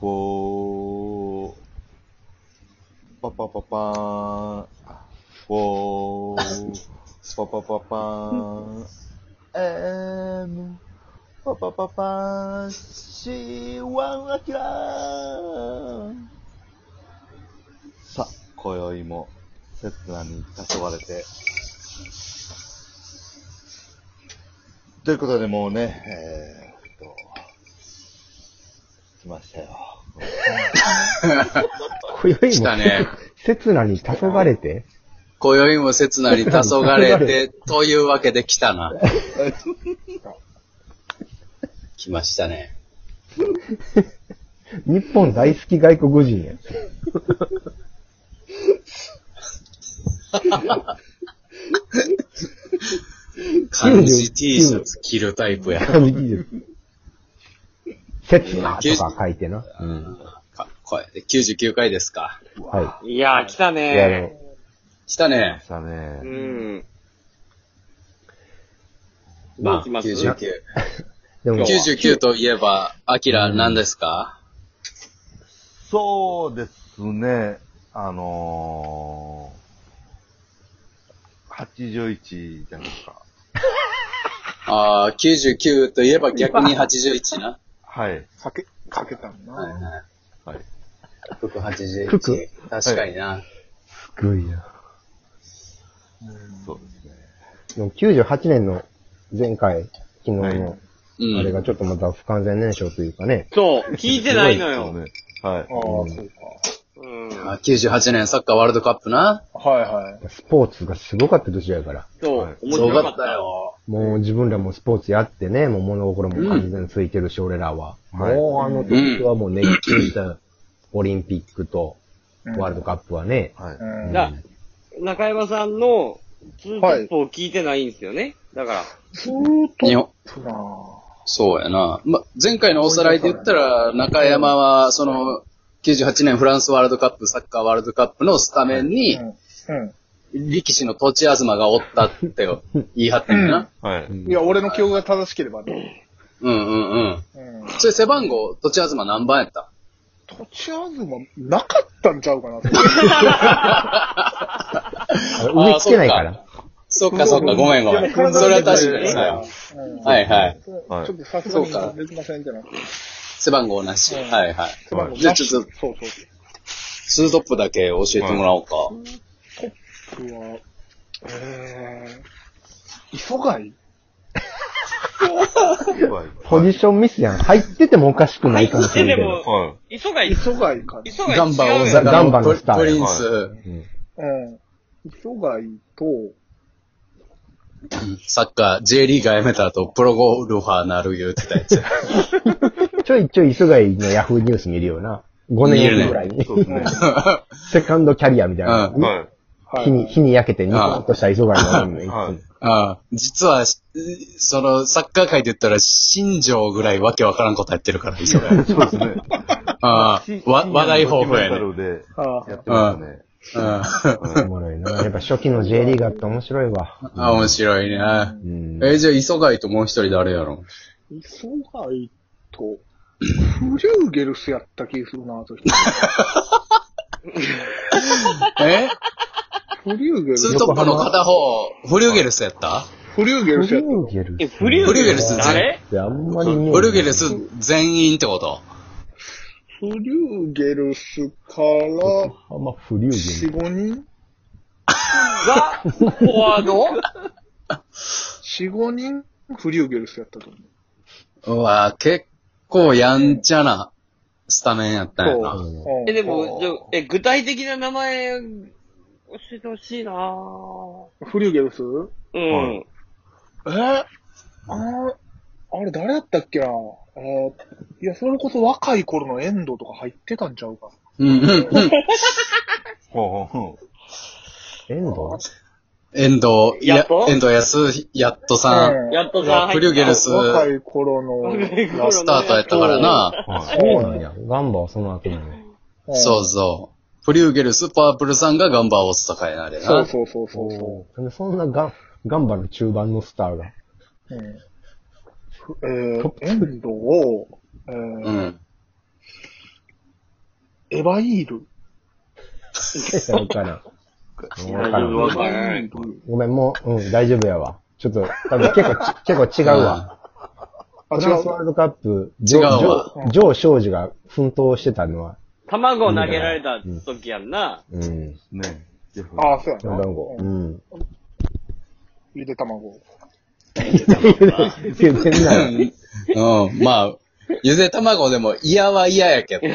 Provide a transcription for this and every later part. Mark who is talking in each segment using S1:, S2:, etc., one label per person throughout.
S1: フォー、パパパパーン、フォー、パパパパーン、エム、パパパパーン、シーワンアキラーさあ、今宵も、刹那に誘われて、ということで、もうね、えー、っと、来ましたよ。
S2: 今宵も、
S3: 来たね。
S2: 刹那に黄昏て、
S3: 今宵も刹那に黄昏て、というわけで来たな。来ましたね。
S2: 日本大好き外国人や。
S3: 漢字 T シャツ着るタイプや。
S2: 感じです。刹那とか書いてな。
S3: うん。かこれ、99回ですか。
S2: はい
S4: やー、来た
S2: い。いや、あ
S4: ね
S2: の、
S3: 来たね。
S1: したね
S4: ー。うん。
S3: まあ、
S4: 来ます
S3: 99。
S2: でも、
S3: 99といえば、アキラ何ですか
S1: そうですね、あのー、81じゃないですか。
S3: ああ、99といえば逆に81な。
S1: はい。
S5: かけ、かけたんな。
S3: はいはい。
S1: はい。
S3: 福
S2: 福
S3: 81。確かにな。
S2: すごいな。
S1: そうですね。
S2: でも98年の前回、昨日の、
S3: うん。
S2: あれがちょっとまた不完全燃焼というかね、
S4: そう、聞いてないのよ。
S1: ね。はい
S5: あ。あ、そう
S4: うん。
S3: あ98年サッカーワールドカップな。
S5: か。はいは
S2: スポーツがすごかった年やから、
S4: そ、
S1: はいう
S4: 面
S3: すごか
S4: 白か
S3: っ
S4: ったたよ。
S3: よ。
S2: もう自分らもスポーツやってね、もう物心も完全についてるし、俺らは。
S1: はい
S2: もうあの時はもう熱中したオリンピックと
S5: い。うん
S2: ワールドカップはね、
S1: はい。
S5: うん。
S4: だ中山さんのツートップを聞いてないんですよね。だから、
S5: ずーっ
S3: 日本、
S5: となぁ。
S3: そうやな。ま、前回のおさらいで言ったら、中山は、その、98年フランスワールドカップ、サッカーワールドカップのスタメンに
S5: う、ん。
S3: 力士の土地東がおったって言い張ってんな。
S1: はい。
S5: うん。いや、俺の記憶が正しければね。
S3: うんうんうん。
S5: うん。
S3: それ背番号、土地東何番やった
S5: 土地あずま、なかったんちゃうかなと。
S2: あれ上来てないから。
S3: そっかそっか、ごめんごめん。それは確かに。はい
S5: うん。。
S3: はいいはい。
S5: ちょっとさすが
S3: そうか
S5: にできませんってな。
S3: 背番号なし。はいはい。じゃあちょっと、
S5: そうそう。
S3: ツートップだけ教えてもらおうか。
S5: 僕は、えー、磯貝
S1: はい。
S2: ポジションミスやん。入っててもおかしくないかもしれないけ
S4: 入っ
S2: ど
S4: て。
S1: はい。
S4: 磯貝、
S5: 磯貝かな。
S4: 磯貝違う
S3: ガンバ
S4: よ
S3: 大阪
S2: ガン
S3: の
S2: バのスター
S3: プリンス。
S5: うん。磯貝と、
S3: サッカー、J リーガー辞めた後、プロゴルファーなる言うてたやつ。
S2: ちょいちょい磯貝のヤフーニュース見るよな。5年ぐらいに。
S1: そうですね。
S2: セカンドキャリアみたいな。
S3: う
S1: は
S2: 日に、日に焼けてニコッとした磯貝の
S1: い。は
S2: ね
S1: い。
S3: ああ、実は、しその、サッカー界で言ったら、新庄ぐらいわけわからんことやってるから、磯貝。
S1: そうですね。
S3: ああ、 わ、話題豊富やね。
S1: ドキュメンタルで
S5: あ
S1: やってましたね。
S3: うん
S2: おもろいな。やっぱ初期の J リーガーって面白いわ。
S3: あ、 面白いね。
S2: うん。
S3: え、じゃあ、磯貝ともう一人誰やろ
S5: 磯貝と、フリューゲルスやった気するなぁ、と。
S3: え
S5: フリューゲル
S3: ツ
S5: ス
S3: ー。トップの片方、フリューゲルスやった
S5: フリューゲル
S2: フ
S5: スや
S2: リ
S5: っ
S2: ューゲル
S4: え、
S2: ス
S4: フリュ
S3: フ
S4: ー
S3: リューゲルス
S4: 誰
S2: ってあんまりね。
S3: フリューゲルス全員ってこと
S5: た。フリューゲルスから、
S2: あんまフリューゲ
S5: 四
S2: ル
S5: 五人
S4: が、フォワード
S5: 四五人フリューゲルスやったと思う。
S3: うわ、結構やんちゃなスタメンやったんやな。
S5: そう。
S4: え、で も、じゃあえ、具体的な名前、教えてほしいなぁ。
S5: ゃフリューゲルス
S4: うん。
S5: えあーあれ誰やったっけなえーいや、それこそ若い頃のエンドとか入ってたんちゃうか。
S3: うんうんうん。
S1: ほうほうほう。
S2: ス。エンド
S3: 遠藤、
S4: やっと
S3: 遠藤安、やっとさん。
S5: うん
S4: やっと
S3: が
S4: さ、
S3: フリューゲルス
S5: 若い頃の、
S3: がスタートやったからな。
S1: はい。
S2: そうなんや。ガンバはその後なの。
S5: うん
S3: そうそう。フリューゲルス、パープルさんがガンバ大阪やな、あれ
S5: そう
S3: な。
S5: そうそうそうそ
S2: おーそんなガン、ガンバの中盤のスターが。
S5: う。うんふえー、エンドを、えー
S3: うん。
S5: エヴァイール。
S2: ちゃうかな。
S4: い
S2: わからん
S5: エヴ
S4: わか
S5: ァ
S4: らん
S5: イール。
S2: ごめん、もう、うん、大丈夫やわ。ちょっと、多分結構ち、結構違うわ。
S5: あ、
S2: フ
S5: 違
S2: ランス
S5: う
S2: ワー。ルドカップ、ジョ
S3: 違うわ
S2: ー、ジョー、ジョー・庄司が奮闘してたのは、
S4: 卵を投げられた時やんな。
S2: うん、
S1: ねえ。
S5: ああ、そうやな。
S2: 団子。
S5: う
S2: うんん。
S5: ゆで卵。
S2: 全然ない。
S3: うん、まあ、ゆで卵でも嫌は嫌やけど、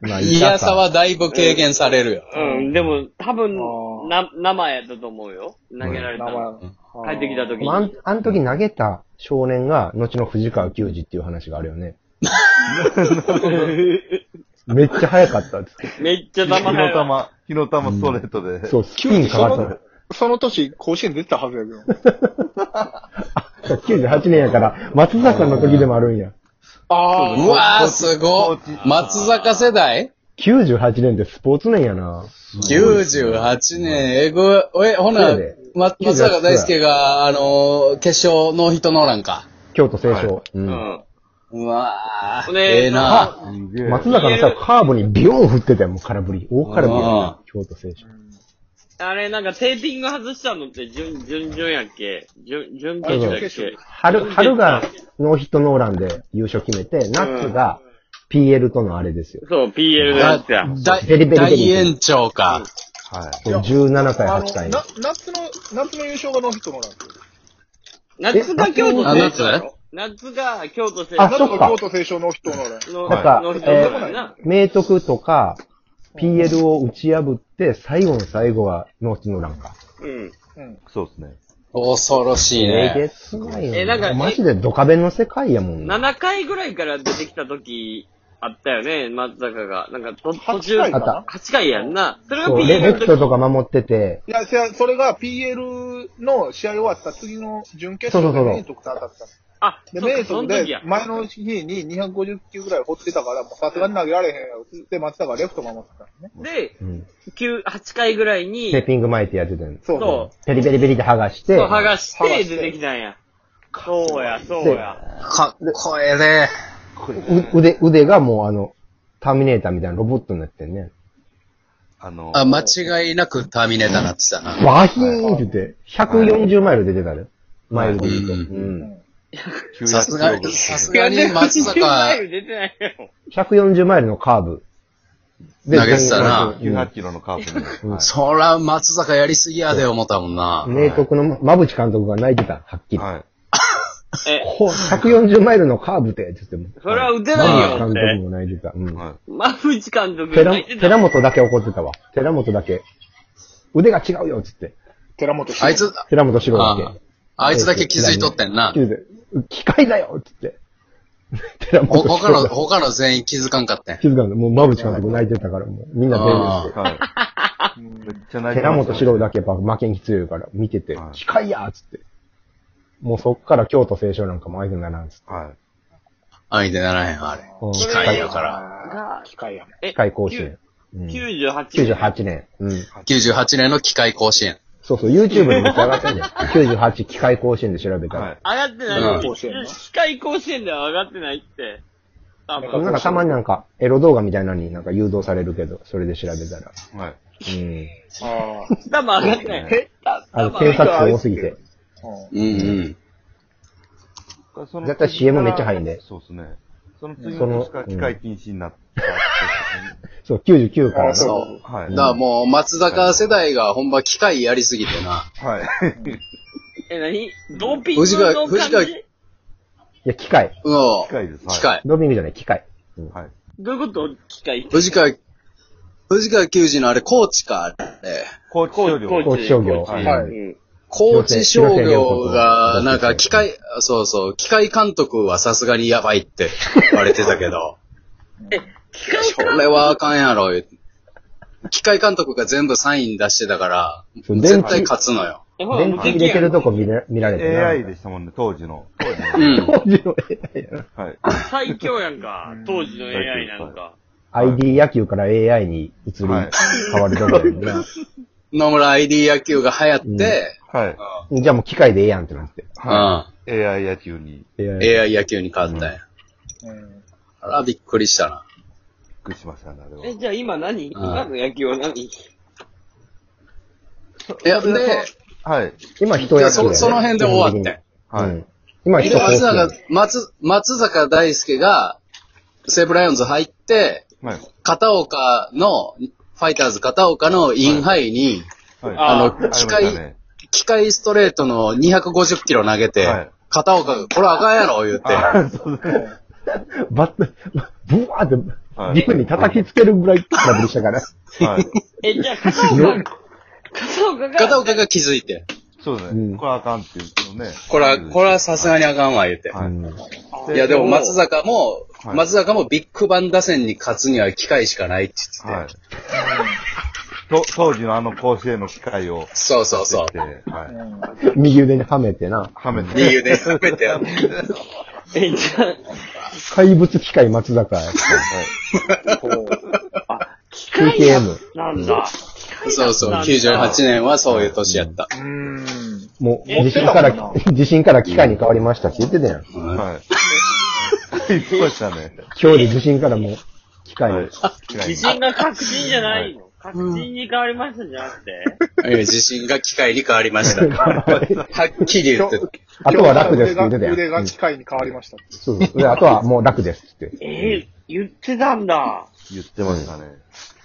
S2: まあ
S3: 嫌さ。はだいぶ軽減されるよ。
S4: うん、でも、多
S5: あ
S4: 分、
S5: ー
S4: な、生やったと思うよ。投げられた
S5: 名前
S4: の。。帰ってきた時
S2: まあ、あん
S4: に。
S2: あの時投げた少年が、後の藤川球児っていう話があるよね。めっちゃ早かったっつっ
S4: めっちゃ
S1: 火
S4: 玉
S1: の
S4: 入
S1: 玉、火の玉ストレートで。
S2: て。そう、スピンかかっ
S5: その年、甲子園出てたはず やけど。
S2: たの。98年やから、松坂の時でもあるんや。
S5: あ
S3: うわー、すごい松坂世代
S2: 98年ってスポーツ年やな。
S3: 98年、えぐ、え、ほな
S2: そうやで、
S3: ま松坂大輔が、あのー、決勝ノーヒットノーランか。
S2: 京都清少。う。
S4: る。うんん。
S3: うわ
S4: ほん
S3: ー、
S4: で
S3: ええな。
S1: すげえ。
S2: 松坂のさ、カーブにビヨーン振ってたよ、もう空振り。大空振りや
S3: あ
S2: な。京都清少。
S4: あれ、なんかテーピング外したのって、準、準々やっけ準、準決勝やっけ
S2: 春、春がノーヒットノーランで優勝決めて、夏が PL とのあれですよ。
S4: そう、PL のやつや。
S3: だ
S2: ベリベリベリ
S3: 大延長か。
S1: はい。
S2: 17
S5: あ
S2: 歳、
S5: の
S2: 8歳。
S5: な夏の、夏の優勝がノーヒットノーランです
S4: 夏
S5: よ。
S4: が京都
S3: あ
S4: 選
S3: 夏
S4: 手だろ夏が京都選
S2: あ
S5: 夏
S2: そっ
S5: の
S2: か
S5: 京都清少ノーヒットノーラン。
S4: 手の、
S2: なんか
S4: の人だからな。
S2: 明徳とか、PL を打ち破って、最後の最後はノーヒットノーランか。
S4: うん。
S1: そうですね。
S3: 恐ろしい
S2: えげ
S3: ね。
S2: つないよね。
S4: えなんか
S2: マジでドカベンの世界やもんな。
S4: 7回ぐらいから出てきた時、あったよね、松坂が。なんか、と途中、
S5: 8回か
S2: あ
S5: な
S2: っ
S4: 8回やんな。それが
S2: そうレレ
S4: PL の
S2: フト
S4: 時。
S2: とか守ってて、
S5: いや、せやそれが PL の試合終わった次の準決勝
S2: そう
S5: で
S2: そうそう
S5: 明徳と当たった。
S4: あ、
S5: で、
S4: そう
S5: 明
S4: か、そ
S5: 徳
S4: の時
S5: で
S4: や。
S5: 前の日に250球ぐらい放ってたから、もうさすがに投げられへんやろっつって、松坂がレフト守ってたのね。
S4: で、
S2: うん、
S4: 9、8回ぐらいに
S2: テ、ーピング巻いてやってたんです。
S5: そう
S4: そ
S2: ペリペリペリで剥がして、
S4: う、そう、剥がし
S5: 剥が
S4: て
S5: して
S4: 出てきたんや。そうや、そうや。
S3: かっこええね。
S2: う腕、腕がもうあの、ターミネーターみたいなロボットになってんね。
S1: あの、
S3: あ、間違いなくターミネーターなってたな。
S2: バヒーンって言って、140マイルで出てたね。マイルで言うと。
S3: う
S2: うんん。
S1: 900
S3: さすがに、さすがに松
S4: 90マ
S3: 坂
S4: イ、ル出てないよ。
S2: 140マイルのカーブ。
S3: 投げてたな
S2: 全
S1: 900キロのカーブに。はい
S3: そら松坂やりすぎやで思ったもんな。
S2: 明徳の馬淵監督が泣いてた、はっきり。
S1: はい。
S4: え、
S2: ほ140マイルのカーブって、つっても。
S4: それは打てない
S2: 馬淵
S4: よっ
S2: 監督
S4: て。
S2: も泣いてた。うん。
S1: は
S4: マフチ監督
S2: 寺
S4: 泣いてた
S2: 寺本だけ怒ってたわ。寺本だけ。腕が違うよ、つって。
S5: 寺本慎
S3: あいつ、
S2: 寺本白
S3: あ
S2: だけ。
S3: あいつだけ気づいとってんな
S2: 気。づいて機械だよ、つって。寺
S3: ほ
S2: 本
S3: 他の、
S2: 白。
S3: 他の全員気づかんかってん。
S2: 気づかんの。もう馬淵監督泣いてたから、もうみんな出るし
S3: あー
S2: て
S1: い。。はい。めっちゃ泣いて
S2: 寺
S1: ました
S2: 本四郎だけやっぱ負けに強いから、見てて
S1: は、い
S2: 機械やーっつって。もうそっから京都清少なんかも相手にならんっつって。
S1: はい。
S3: 相手ならへん、あれ。
S2: うん
S3: 機械やから。
S4: が、
S5: 機械やもん。
S4: え、
S2: 機械甲子園。うん
S4: 98年。
S2: 98年。うん。
S3: 98年の機械甲子園。
S2: そうそう、YouTube にめっちゃ上がって んだよ。98機械甲子園で調べた
S1: は
S2: ら
S1: い。。
S4: 上がってないって
S5: うん甲子園な
S4: 機械甲子園では上がってないって。多
S5: う
S4: 分。
S2: なんかたまになんか、エロ動画みたいなのになんか誘導されるけど、それで調べたら。
S1: はい。
S2: うん。
S5: あ
S4: 多分上がってない。
S5: え
S4: た
S2: あの、
S4: 多分
S2: 検索数多すぎて。
S5: あ。うん
S3: うんうん。
S1: その
S2: 絶対 CM めっちゃ入んで
S1: そうですね。その次の年から機械禁止になった。
S2: そう、99から
S5: あ
S2: な。
S5: そ
S3: そう。
S1: は
S3: だ
S1: い。
S3: からもう、松坂世代がほんま機械やりすぎてな。
S1: はい。
S4: え、何ドーピン
S3: 藤川
S4: グの感
S3: 藤
S4: じ
S2: いや、機械。
S3: うん。
S1: 機械です。はい
S3: 機。械。
S2: ドーピングじゃない、機械。うん。
S1: はい。
S4: どういうこと機械。
S3: 藤川、藤川球児のあれ、コーチか、あれ。
S1: 高知商
S4: 高知
S1: 業。
S2: 高知商業。
S1: はい
S5: は
S2: う
S5: い
S2: ん
S4: うん。
S3: 高知商業が、なんか機械、そうそう、機械監督はさすがにやばいって言われてたけ ど、
S4: 機械
S3: それはあかんやろ、言うて機械監督が全部サイン出してたから、
S2: そう
S3: 絶対勝つのよ。
S4: え、ほら、
S2: 電
S4: 無
S2: 池入
S4: 敵
S2: れて
S4: や
S2: る
S4: ん。
S2: とこ見ら見られてな。
S1: AI でしたもんね、当時の。当時の。
S3: うん。
S2: 当時の AI やな。
S1: はい。
S4: 最強やんか。当時の AI なんか。
S2: ID 野球から AI に移り
S1: はい
S2: 変わるところな。
S3: 野村 ID 野球が流行って、
S1: はい。
S2: じゃあもう機械でええやんってなって。
S3: うん。
S1: AI 野球に。
S2: AI。
S3: AI 野球に変わったんや。
S5: うん
S3: あら、びっくりしたな。
S1: くりしましたね、あれは。
S4: え、じゃあ今何今の野球は何
S3: いや、で、
S1: はい。
S2: 今人や
S3: いやそその辺で終わって
S1: はい。
S2: 今
S3: で
S2: 人
S3: 松坂、松、松坂大輔が、西武ライオンズ入って、
S1: はい。
S3: 片岡の、ファイターズ片岡のインハイに、
S1: はい。
S4: あの
S1: りましたね
S3: 機械ストレートの250キロ投げて、
S1: はい
S3: 片岡が、これあかんやろ、言って。
S1: あそうですね。
S2: バット、ブワーって、
S1: はい
S2: リブに叩きつけるぐらいトラブルしたから。
S1: はい。
S4: え、じゃあ片岡、片岡が、
S3: 片岡が気づいて、
S1: そうです
S2: うん
S1: ね。これあかんっていうのね。
S3: これは、これはさすがにあかんわ、言って。
S1: はい。
S3: いや、でも松坂も、
S1: はい
S3: 松坂もビッグバン打線に勝つには機会しかないって言って
S1: はい。
S3: て。
S1: と、当時のあの甲子園の機会を。
S3: そうそうそう。
S1: う。はい。
S2: 右腕にはめてな。
S1: はめて。
S3: 理由で食べて。
S4: え、じゃ
S2: 怪物機械松坂。
S4: あ、機械
S2: TKM
S4: なんだ。
S3: そうそう、98年はそういう年やった。
S5: うん。
S2: もう、
S4: え
S2: 地震から
S5: 言ってたもん、
S2: 地震から機械に変わりましたって言ってたやん。
S1: はい。はい。言ってましたね。
S2: 今日で地震からもう、機械
S1: はい
S2: に。。
S4: 自信が確信じゃないの。確信に変わりましたんじゃなくて。
S3: ええ自信が機械に変わりまし た。はっきり言ってた。
S2: あとは楽ですって言ってた
S5: 腕
S2: や
S5: が
S2: ん。う
S5: 腕が
S2: ん
S5: 機械に変わりました。
S2: そうそうであとはもう楽ですって。
S4: えー言ってたんだ。
S1: 言ってましたね。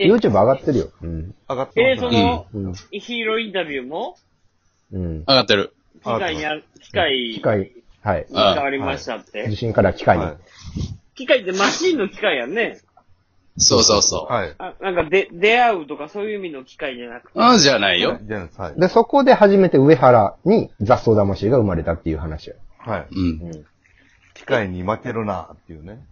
S4: え
S2: YouTube 上がってるよ。うん。
S1: 上がって
S4: えー
S1: ま
S4: そ
S1: したね。
S2: う
S4: の、
S2: ん。
S4: ヒーローインタビューも、
S2: うん。
S3: 上がってる。
S4: 機械にある、機械、
S2: 機械、はい。
S4: に変わりましたっ
S2: 地
S4: て。
S2: 震から機械に
S1: は。
S4: 機械ってマシンの機械やんね。
S3: そうそうそ
S1: い。はい。
S4: あなんかで、出会うとかそういう意味の機械じゃなくて。
S3: う。うん、じゃないよ。
S1: じゃないです。はい。
S2: で、そこで初めて上原に雑草魂が生まれたっていう話や。
S1: はい。
S3: うん。
S1: 機械に負けるなっていうね。